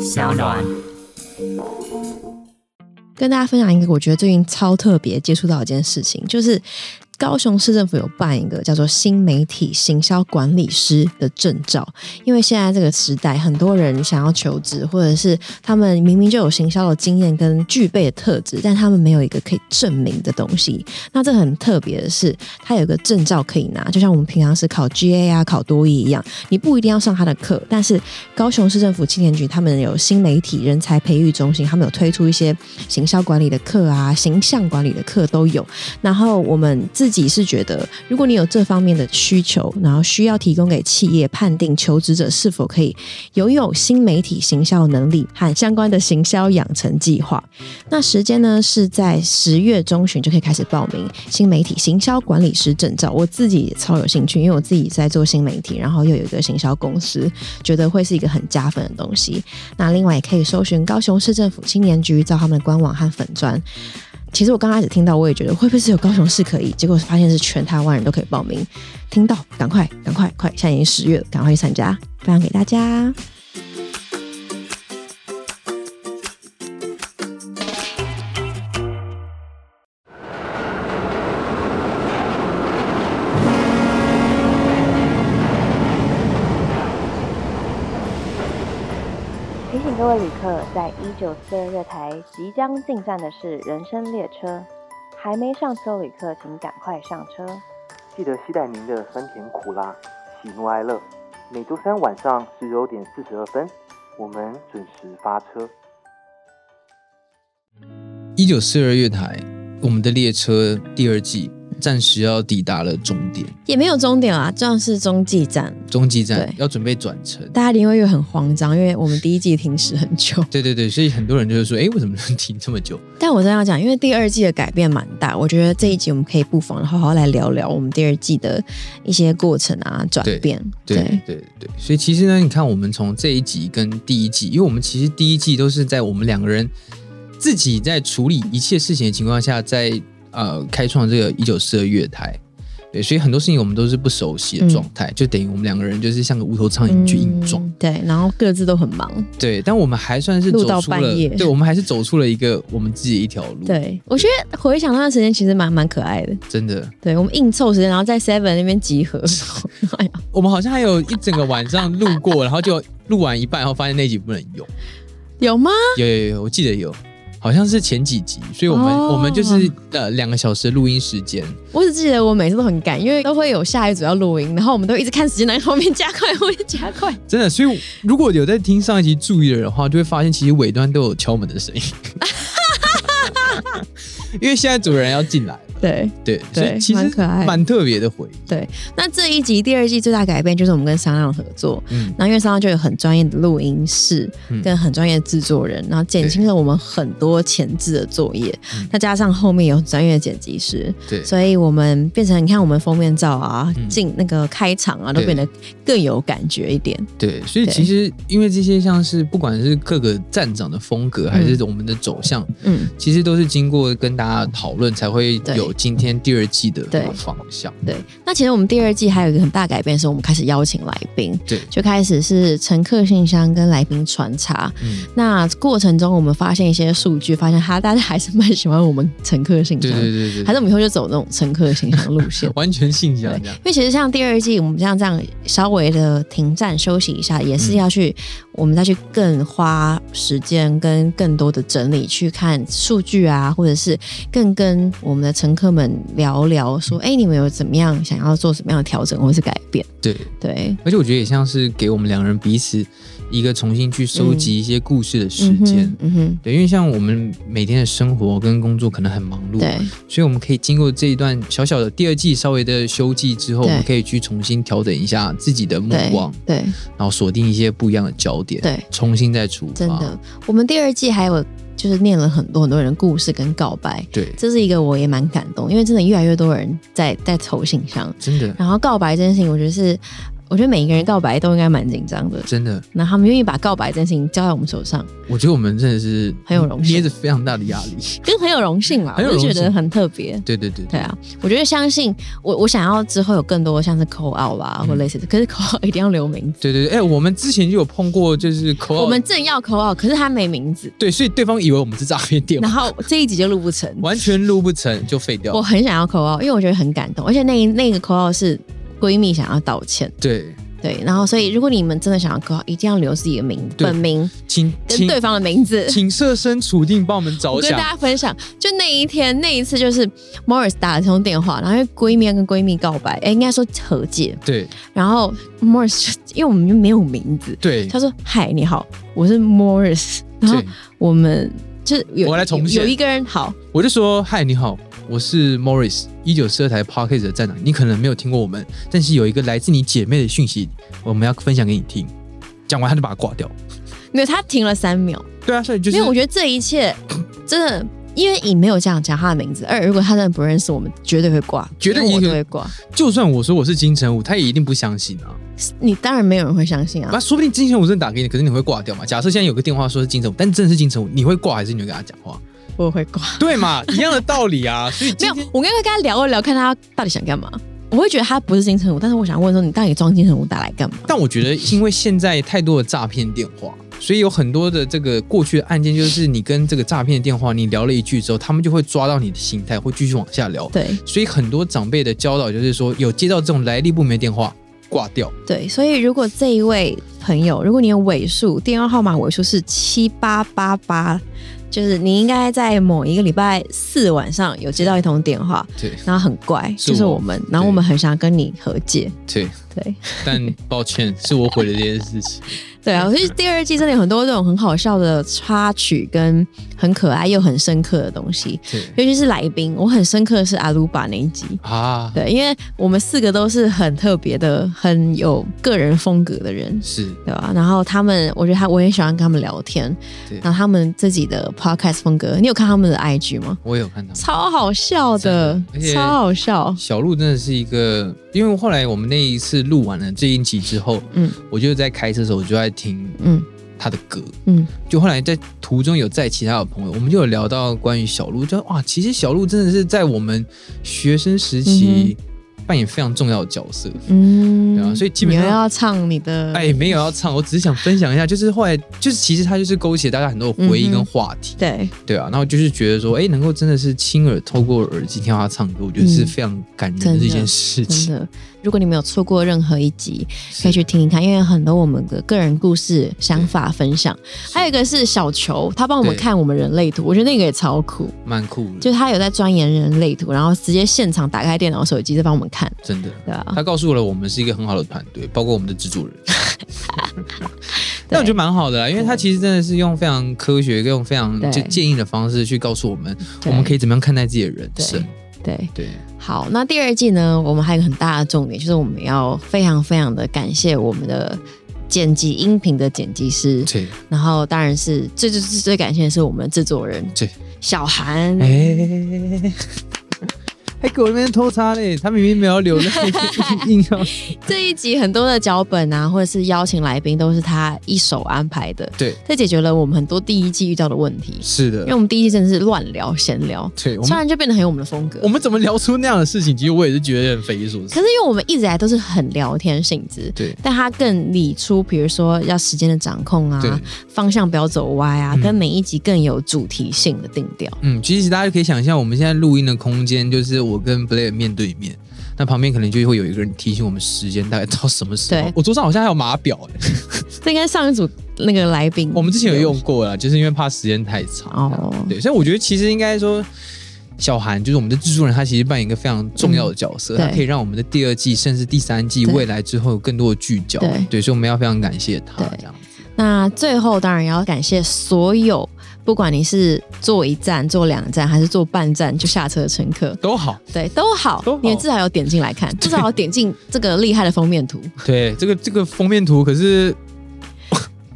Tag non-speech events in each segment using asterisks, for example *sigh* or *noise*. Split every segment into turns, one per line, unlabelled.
小暖。
跟大家分享一个我觉得最近超特别接触到一件事情，就是高雄市政府有办一个叫做新媒体行销管理师的证照，因为现在这个时代，很多人想要求职，或者是他们明明就有行销的经验跟具备的特质，但他们没有一个可以证明的东西。那这很特别的是，它有一个证照可以拿，就像我们平常是考 GA 啊、考多益一样，你不一定要上他的课，但是高雄市政府青年局他们有新媒体人才培育中心，他们有推出一些行销管理的课啊、形象管理的课都有。然后我们自己是觉得，如果你有这方面的需求，然后需要提供给企业判定求职者是否可以拥有新媒体行销能力和相关的行销养成计划。那时间呢是在十月中旬就可以开始报名新媒体行销管理师证照。我自己也超有兴趣，因为我自己在做新媒体，然后又有一个行销公司，觉得会是一个很加分的东西。那另外也可以搜寻高雄市政府青年局，找他们的官网和粉砖。其实我刚开始听到，我也觉得会不会只有高雄市可以，结果发现是全台湾人都可以报名。听到，赶快，赶快，快！现在已经十月了，赶快去参加，分享给大家。
提醒各位旅客，在一九四二月台即将进站的是人生列车，还没上车旅客请赶快上车。
记得期待您的酸甜苦辣、喜怒哀乐。每周三晚上十九点四十二分，我们准时发车。
一九四二月台，我们的列车第二季暂时要抵达了终点，
也没有终点啊，这样是中继站，
中继站
对
要准备转乘。
大家一定会很慌张，因为我们第一季停驶很久。 *laughs*
对对对，所以很多人就是说，哎，为什么停这么久？
但我真的要讲，因为第二季的改变蛮大，我觉得这一集我们可以不妨好好来聊聊我们第二季的一些过程啊、转变。
对对对，所以其实呢，你看我们从这一集跟第一季，因为我们其实第一季都是在我们两个人自己在处理一切事情的情况下，在呃开创这个一九四二月台。对，所以很多事情我们都是不熟悉的状态，就等于我们两个人就是像个无头苍蝇去硬撞。
嗯对，然后各自都很忙。
对，但我们还算是
录
走
到
出
半
了
夜，
对我们还是走出了一个我们自己的一条路。，
对，我觉得回想那段时间其实蛮蛮可爱的。
真的，
对我们硬凑时间，然后在 Seven 那边集合。哎呀，
我们好像还有一整个晚上录过，然后就录完一半，然后发现那集不能用。
啊有吗？
有有有有，我记得有，好像是前几集，所以我们、
哦
我们就是呃两个小时的录音时间，
我只记得我每次都很赶，因为都会有下一组要录音，然后我们都一直看时间，然后后面加快，后面加快。
真的。所以如果有在听上一集注意的人的话，就会发现其实尾端都有敲门
*laughs*
的声音，因为现在主人要进来了，
对，
对，所以
对
其实
蛮可爱的
蛮特别的回忆。
那这一集第二季最大改变就是我们跟商量合作，
嗯，
然后因为商量就有很专业的录音室
嗯
跟很专业的制作人，然后减轻了我们很多前置的作业
嗯，
再加上后面有很专业的剪辑师，
对，
所以我们变成你看我们封面照啊
嗯、
进那个开场啊，都
对
变得更有感觉一点。
对，所以
对
其实因为这些像是不管是各个站长的风格，还是我们的走向，
嗯，
其实都是经过跟大家讨论，才会
对
有今天第二季的
对
方向。
对。那其实我们第二季还有一个很大改变，是我们开始邀请来宾，
对，
就开始是乘客信箱跟来宾穿插。
嗯，
那过程中我们发现一些数据，发现哈大家还是蛮喜欢我们乘客信
对
箱。
对对对，，
还是我们以后就走那种乘客形象路线
完全信
对
仰这样
因。为其实像第二季，我们像这样稍微的停站休息一下，也是
嗯
要去、我们再去更花时间跟更多的整理，去看数据啊，或者是更跟我们的乘客们聊聊，说，哎、你们有怎么样想要做什么样的调整或是改变？
对，
对，
而且我觉得也像是给我们两人彼此一个重新去收集一些故事的时
嗯
间。
嗯哼，嗯哼
对，因为像我们每天的生活跟工作可能很忙碌，
对，
所以我们可以经过这一段小小的第二季稍微的休季之后，我
对
们可以去重新调整一下自己的目光
对，，对。
然后锁定一些不一样的焦点，
对，
重新再出发，
真的，，我们第二季还有就是念了很多很多人的故事跟告白，
对，
这是一个我也蛮感动，因为真的越来越多人在在投信箱，
真的，
然后告白这件事情，我觉得是。我觉得每一个人告白都应该蛮紧张的，
真的，
那他们愿意把告白这件事情交在我们手上，
我觉得我们真的是
很有荣幸
捏着非常大的
*laughs*
压力。
跟很有荣幸啊啦，我
很有
就觉
荣幸
得很特别。
对对对
对，啊，我觉得相信我，我想要之后有更多像是 call out 吧，或类似的。可是 call out 一定要留
*laughs*
名字，
对对对，哎、我们之前就有碰过，就是口
我们正要 call out，可是他没名字，
对，所以对方以为我们是诈骗电
然
话，
后这一集就录不成。
*laughs* 完全录不成就废掉
我。很想要 call out，因为我觉得很感动，而且那一那个 call out 是闺蜜想要道歉，
对，
对。然后所以如果你们真的想要 call out，一定要留自己的名
对
本名
请
跟
请
对方的名字。
请设身处地帮我们
我
着
跟大
想。
家分享，就那一天那一次，就是 Morris 打了通电话，然后因为闺蜜要跟闺蜜告白，哎、应该说和解，
对
然后 Morris 就因为我们就没有名字，
对
他说：“嗨，你好，我是 Morris。”然后
对，
我们就是有
我来重现
有有一个人好，
我就说嗨，你好，我是 Morris，一九四二台 Podcast 的站长。你可能没有听过我们，但是有一个来自你姐妹的讯息，我们要分享给你听。讲完他就把它挂掉。
没有他停了三秒，
对啊，所以就是
因为我觉得这一切真的。因为你没有这样讲他的名字，二如果他真的不认识我们，绝对会挂，
绝对
连我
一
都
个
会挂。
就算我说我是金城武，他也一定不相信啊。
你当然没有人会相信啊
那、，说不定金城武真的打给你，可是你会挂掉嘛？假设现在有个电话说是金城武，但真的是金城武，你会挂还是你会跟他讲话？
我会挂。
对嘛，一样的道理啊。所以
没
今
有
天，
我刚刚跟他聊一聊，看他到底想干嘛。我会觉得他不是金城武，但是我想问说，你到底装金城武打来干嘛？
但我觉得，因为现在太多的诈骗电话，所以有很多的这个过去的案件，就是你跟这个诈骗电话你聊了一句之后，他们就会抓到你的心态，会继续往下聊。
对
所以很多长辈的教导就是说，有接到这种来历不明的电话，挂掉。
对，所以如果这一位朋友，如果你有尾数电话号码尾数是七八八八，就是你应该在某一个礼拜四晚上有接到一通电话，
对
然后很怪，
是
就是
我
我们，然后我们很想跟你和解，
对，
对
但抱歉，是我毁了这件事 *laughs* 情。
对啊，所以第二季真的有很多这种很好笑的插曲，跟很可爱又很深刻的东西，
对
尤其是来宾，我很深刻的是阿鲁巴那一集。
啊，
对，因为我们四个都是很特别的、很有个人风格的人，
是
对吧？然后他们，我觉得他我也喜欢跟他们聊天
对，
然后他们自己的 podcast 风格，你有看他们的 IG 吗？
我有看到。
超好笑的
啊真的而，且
超好笑。
小鹿真的是一个，因为后来我们那一次录完了这一集之后，
嗯
我就在开车的时候我就在听
嗯
他的歌，
嗯，
就后来在途中有载其他的朋友，我们就有聊到关于小鹿，就哇，其实小鹿真的是在我们学生时期扮演非常重要的角色。
嗯，
对啊所以基本上
你又要唱你的，
哎，没有要唱，我只是想分享一下，就是后来就是其实他就是勾起大家很多的回忆
嗯哼
跟话题，
对，
对啊，然后就是觉得说，哎，能够真的是亲耳透过耳机听到他唱歌，我觉得是
嗯
非常感人
真
的
的
一件事
真
情。
的，如果你没有错过任何一集，可以
是
去听听看，因为很多我们的个人故事、想法分享。还有一个是小球，他帮我们
对
看我们人类图，我觉得那个也超酷，
蛮酷的，
就是他有在钻研人类图，然后直接现场打开电脑、手机在帮我们看，
真的。
对吧？
他告诉了我们是一个很好的团队，包括我们的
*laughs*
制作人。但我觉得蛮好的啦，因为他其实真的是用非常科学、用非常
嗯对
就建议的方式去告诉我们，我
对
们可以怎么样看待自己的人生。
对。
对，
好，那第二季呢，我们还有一个很大的重点，就是我们要非常非常的感谢我们的剪辑音频的剪辑师，
对，
然后当然是最最最最感谢的是我们的制作人，
对，
小韩，嗯
哎、还给我那边偷擦嘞，他明明没有
*laughs*
流泪，硬要
这一集很多的脚本啊，或者是邀请来宾都是他一手安排的，
对，
这解决了我们很多第一季遇到的问题，
是
因为
的
我，们第一季真的是乱聊闲聊，
对，我
突
们
然就变得很有我们的风格
我。们怎么聊出那样的事情？其实我也是觉得很匪夷所
可是
思。
因为我们一直以来都是很聊天性质，
对
但他更理出，比如说要时间的掌控
对，
啊，方向不要走歪啊，
嗯
跟每一集更有主题性的定调。
嗯，其实大家可以想象，我们现在录音的空间就是我跟 Blair 面对面，那旁边可能就会有一个人提醒我们时间大概到什么时候
对。
我桌上好像还有码表、欸， *laughs*
这应该上一组那个来宾，
我们之前有用过啦，就是因为怕时间太长。
嗯哦
对，所以我觉得其实应该说。小韩就是我们的制作人，他其实扮演一个非常重要的角
嗯
色，他
对
可以让我们的第二季甚至第三季
对
未来之后有更多的聚焦。
对
所以我们要非常感谢他
对
这样。
那最后当然要感谢所有，不管你是坐一站、坐两站，还是坐半站就下车的乘客，
都好。
对，都好，
都好
你们至少有点进来
*laughs*
看，至少有点进这个厉害的封面图。
对，这个这个封面图可是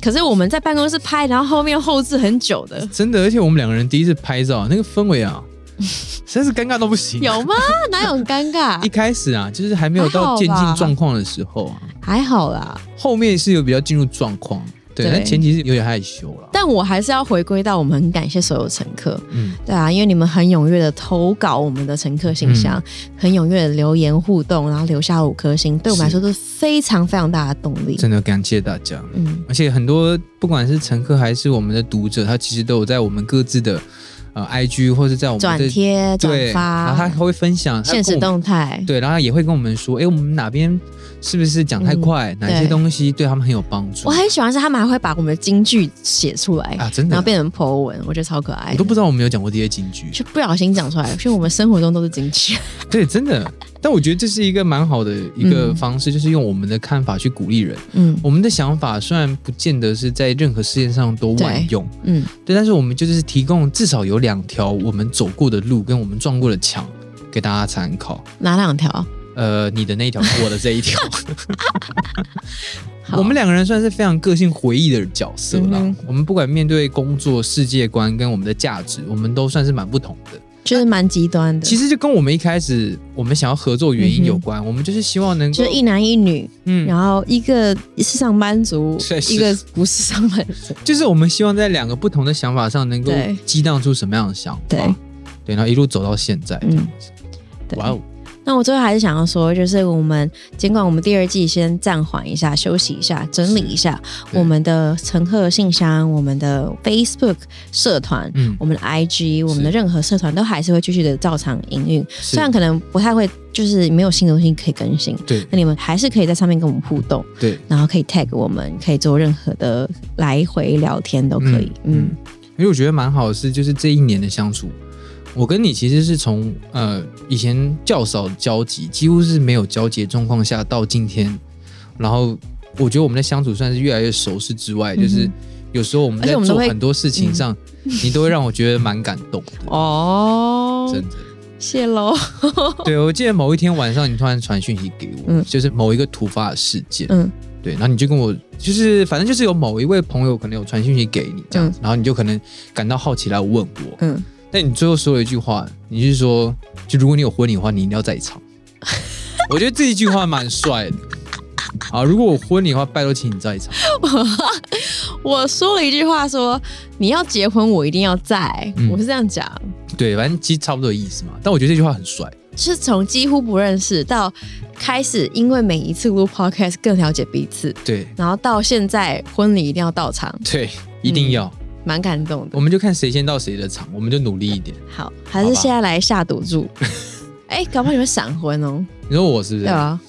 可是我们在办公室拍，然后后面后置很久的， *laughs*
真的，而且我们两个人第一次拍照，那个氛围啊，实在是尴尬到不行。啊
有吗？哪有很尴
*laughs* 一
尬？
开始啊，就是还没有
还好
到
吧
渐进状况的时候啊，
还好啦，
后面是有比较进入状况，对，
对
但前提是有点害羞了。
但我还是要回归到我们很感谢所有乘客，
嗯，
对啊，因为你们很踊跃的投稿我们的乘客信箱，
嗯
很踊跃的留言互动，然后留下五颗星，对我们来说都是非常非常大的动力。
真的感谢大家。
嗯，
而且很多不管是乘客还是我们的读者，他其实都有在我们各自的呃 IG 或者在我们
转
的
贴、转
对，然后他
发、
还会分享他
现实
跟我
动
们
态，
对，然后也会跟我们说，哎、我们哪边是不是讲太快，哪些
嗯对
东西对他们很有帮助
我很喜欢是他们还会把我们的金句写出来，
啊？真的
然
啊
后，变成 po 文，我觉得超可爱
我
的。
都不知道我们有讲过这些金句，
就不小心讲出来，所以我们生活中都是金
*laughs*
句。
对，真的。但我觉得这是一个蛮好的一个方式，就是用我们的看法去鼓励人。
嗯
我们的想法虽然不见得是在任何事件上都万用，
嗯，
对，但是我们就是提供至少有两条我们走过的路跟我们撞过的墙给大家参考。
哪两条？
呃，你的那一条跟我的这一条， *laughs*
好
我们两个人算是非常个性回忆的角色啦。
嗯
我们不管面对工作、世界观跟我们的价值，我们都算是蛮不同的。
就是蛮极端的，
其
实
实就跟我们一开始我们想要合作原因有关，我们就是希望能够
嗯就是一男一女，
嗯，
然后一个是上班族
确，实
一个不是上班族。
就是我们希望在两个不同的想法上能够
对
激荡出什么样的想法，
对
对然后一路走到现在。
嗯，对。
哇哦，
那我最后还是想要说，就是我们尽管我们第二季先暂缓一下，休息一下，整理一下
对
我们的乘客信箱、我们的 Facebook 社团、
嗯
我们的 IG、我们的任何社团都还是会继续的照常营运，虽然可能不太会，就是没有新的东西可以更新。
对
那你们还是可以在上面跟我们互动，
对，
然后可以 tag 我们，可以做任何的来回聊天都可以。嗯，
因为我觉得蛮好的是，就是这一年的相处，我跟你其实是从呃以前较少交集，几乎是没有交集的状况下到今天，然后我觉得我们的相处算是越来越熟识之外，就是
嗯
有时候我们
而
在
且我们都
做
会
很多事情上，你都会让我觉得蛮感动的。
哦
嗯真的，
谢喽。
对我记得某一天晚上，你突然传讯息给我，
哦嗯
就是某一个突发的事件，
嗯，
对，然后你就跟我，就是反正就是有某一位朋友可能有传讯息给你这样子，然后你就可能感到好奇来问我，
嗯，
但你最后说了一句话，你是说，就如果你有婚礼的话，你一定要
*laughs*
在场。我觉得这一句话蛮帅的。啊，如果我婚礼的话，拜托请你在场。
我说了一句话说，你要结婚，我一定要在。
嗯
我是这样讲，
对，反正其实差不多的意思嘛。但我觉得这句话很帅。
是从几乎不认识到开始，因为每一次录 podcast 更了解彼此，
对
然后到现在婚礼一定要到场，
对，一定要。
蛮感动的
我。们就看谁先到谁的场，我们就努力一点。
好，还是现在来下赌
*laughs*
注。哎、搞不好你会闪婚哦。
你说我是不是？
对啊，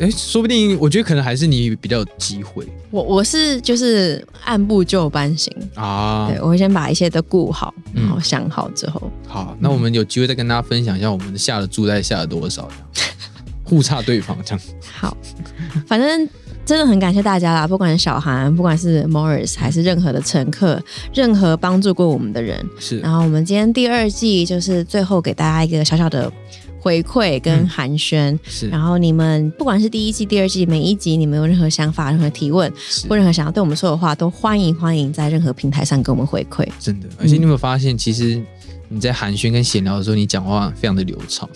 哎、说不定我觉得可能还是你比较有机会
我我是就是按部就班型，
啊
对。我会先把一切都顾好，
嗯
然后想好之后，
好，那我们有机会再跟大家分享一下我们下的注在下了多少，这样
*laughs*
互差对方这样。
好，反正真的很感谢大家啦，不管是小韩，不管是 Morris，还是任何的乘客，任何帮助过我们的人。
是
然后我们今天第二季就是最后给大家一个小小的回馈跟
嗯
寒暄。
是
然后你们不管是第一季、第二季，每一集你们有任何想法、任何提问，
是
或任何想要对我们说的话，都欢迎欢迎在任何平台上给我们回馈。
真的，而且你有没有发现，其实你在寒暄跟闲聊的时候，你讲话非常的流畅。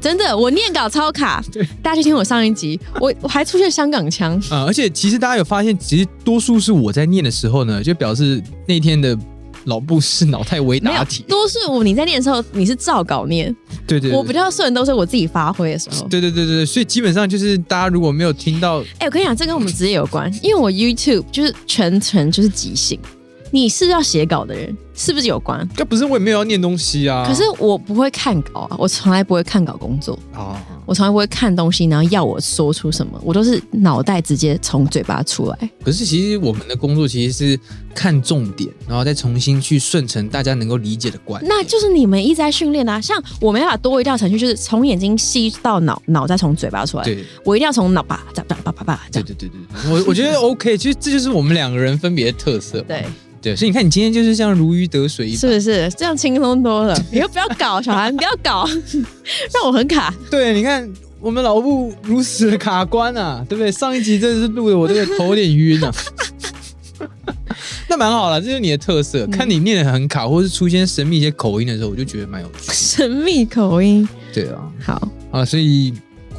真的，我念稿超卡，大家去听我上一集，我我还出现香港
*laughs*
腔，
呃，而且其实大家有发现，其实多数是我在念的时候呢，就表示那天的老布是脑袋维
没有
达体，。
多是我你在念的时候你是照稿念，
对对对，
我比较顺都是我自己发挥的时候。
对对对对对，所以基本上就是大家如果没有听到，
哎、我跟你讲，这跟我们职业有关，因为我 YouTube 就是全程就是即兴，你是要写稿的人是不是有关？
这不是我也没有要念东西啊。
可是我不会看稿啊，我从来不会看稿工作，
啊，
我从来不会看东西，然后要我说出什么，我都是脑袋直接从嘴巴出来。
可是其实我们的工作其实是看重点，然后再重新去顺承大家能够理解的观点。
那就是你们一直在训练啊，像我没办法多一道程序，就是从眼睛吸到脑，脑再从嘴巴出来。
对。
我一定要从脑吧，这样吧吧吧吧这
对
样。
对对对，对我我觉得 OK，其实这就是我们两个人分别的特色。
对，
对，所以你看，你今天就是像如鱼得水一
是
般。
不是这样轻松多
*laughs*
了？以后不要搞，小韩不要搞，让我很卡。
对，你看我们老布如此的卡关啊，对不对？上一集真的是录的我这个头有点晕啊。 *laughs* 那蛮好了，这就是你的特色。看你念的很卡，或是出现神秘一些口音的时候，我就觉得蛮有趣。
神秘口音。
对啊，
好，
啊，所以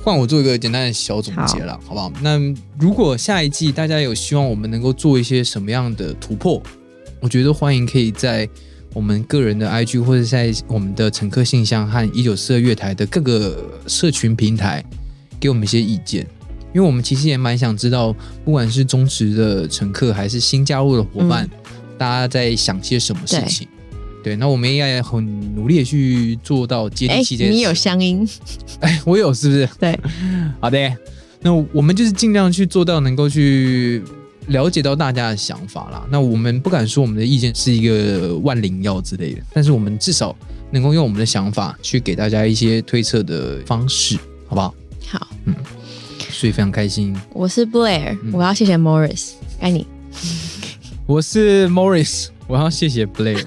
换我做一个简单的小总结了，好不好？那如果下一季大家有希望我们能够做一些什么样的突破，我觉得欢迎可以在我们个人的 IG 或者在我们的乘客信箱和一九四二月台的各个社群平台给我们一些意见。因为我们其实也蛮想知道，不管是忠实的乘客还是新加入的伙伴，大家在想些什么事
嗯对
情。对，那我们也很努力的去做到接
哎、
地气这件事情。
你有乡音，
哎我有是不是？
对，
好的。那我们就是尽量去做到能够去了解到大家的想法啦。那我们不敢说我们的意见是一个万灵药之类的，但是我们至少能够用我们的想法去给大家一些推测的方式，好不好？
好，
所以非常开心，
我是 Blair，、
嗯
我要谢谢 Morris，该你。
我是 Morris，我要谢
*laughs*
谢 Blair。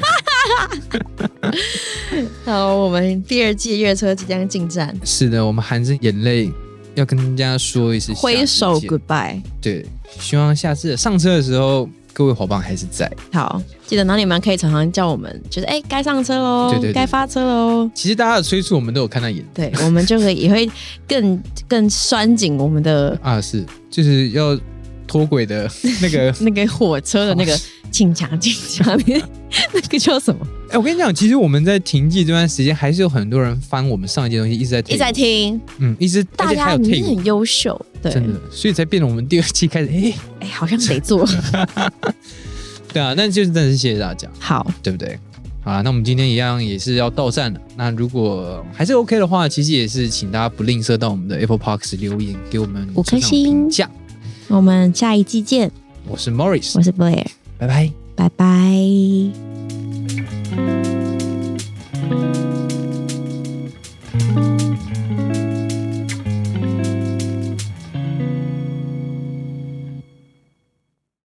好，我们第二季月车即将进站，
是的，我们含着眼泪要跟大家说一次，
挥手 goodbye。
对，希望下次上车的时候，各位伙伴还是在。
好，记得哪里们可以常常叫我们，就是哎，该、上车喽，
对对对
该发车喽。
其实大家的催促我们都有看在眼里
对，我们就可以也会 *laughs* 更更拴紧我们的
啊，是就是要脱轨
*laughs*
的那个。
那个火车的那个请墙请墙， *laughs* 那个叫什么？
哎、我跟你讲，其实我们在停季这段时间，还是有很多人翻我们上一届东西，一直在
一
退，
直在，听，
嗯，一直，而
大
且还
家
有
你
退
是
伍，
很优秀，对，
真的，所以才变得我们第二季开始，哎、
哎、好像得
*laughs*
做
对啊，那就是真的是谢谢大家，
好。
对不对？好啦，那我们今天一样也是要到站了。那如果还是 OK 的话，其实也是请大家不吝啬到我们的 Apple Parks 留言，给我们
五颗
正向
星
评价。
我们下一季见，
我是 Morris，
我是 Blair，
拜拜。
拜拜。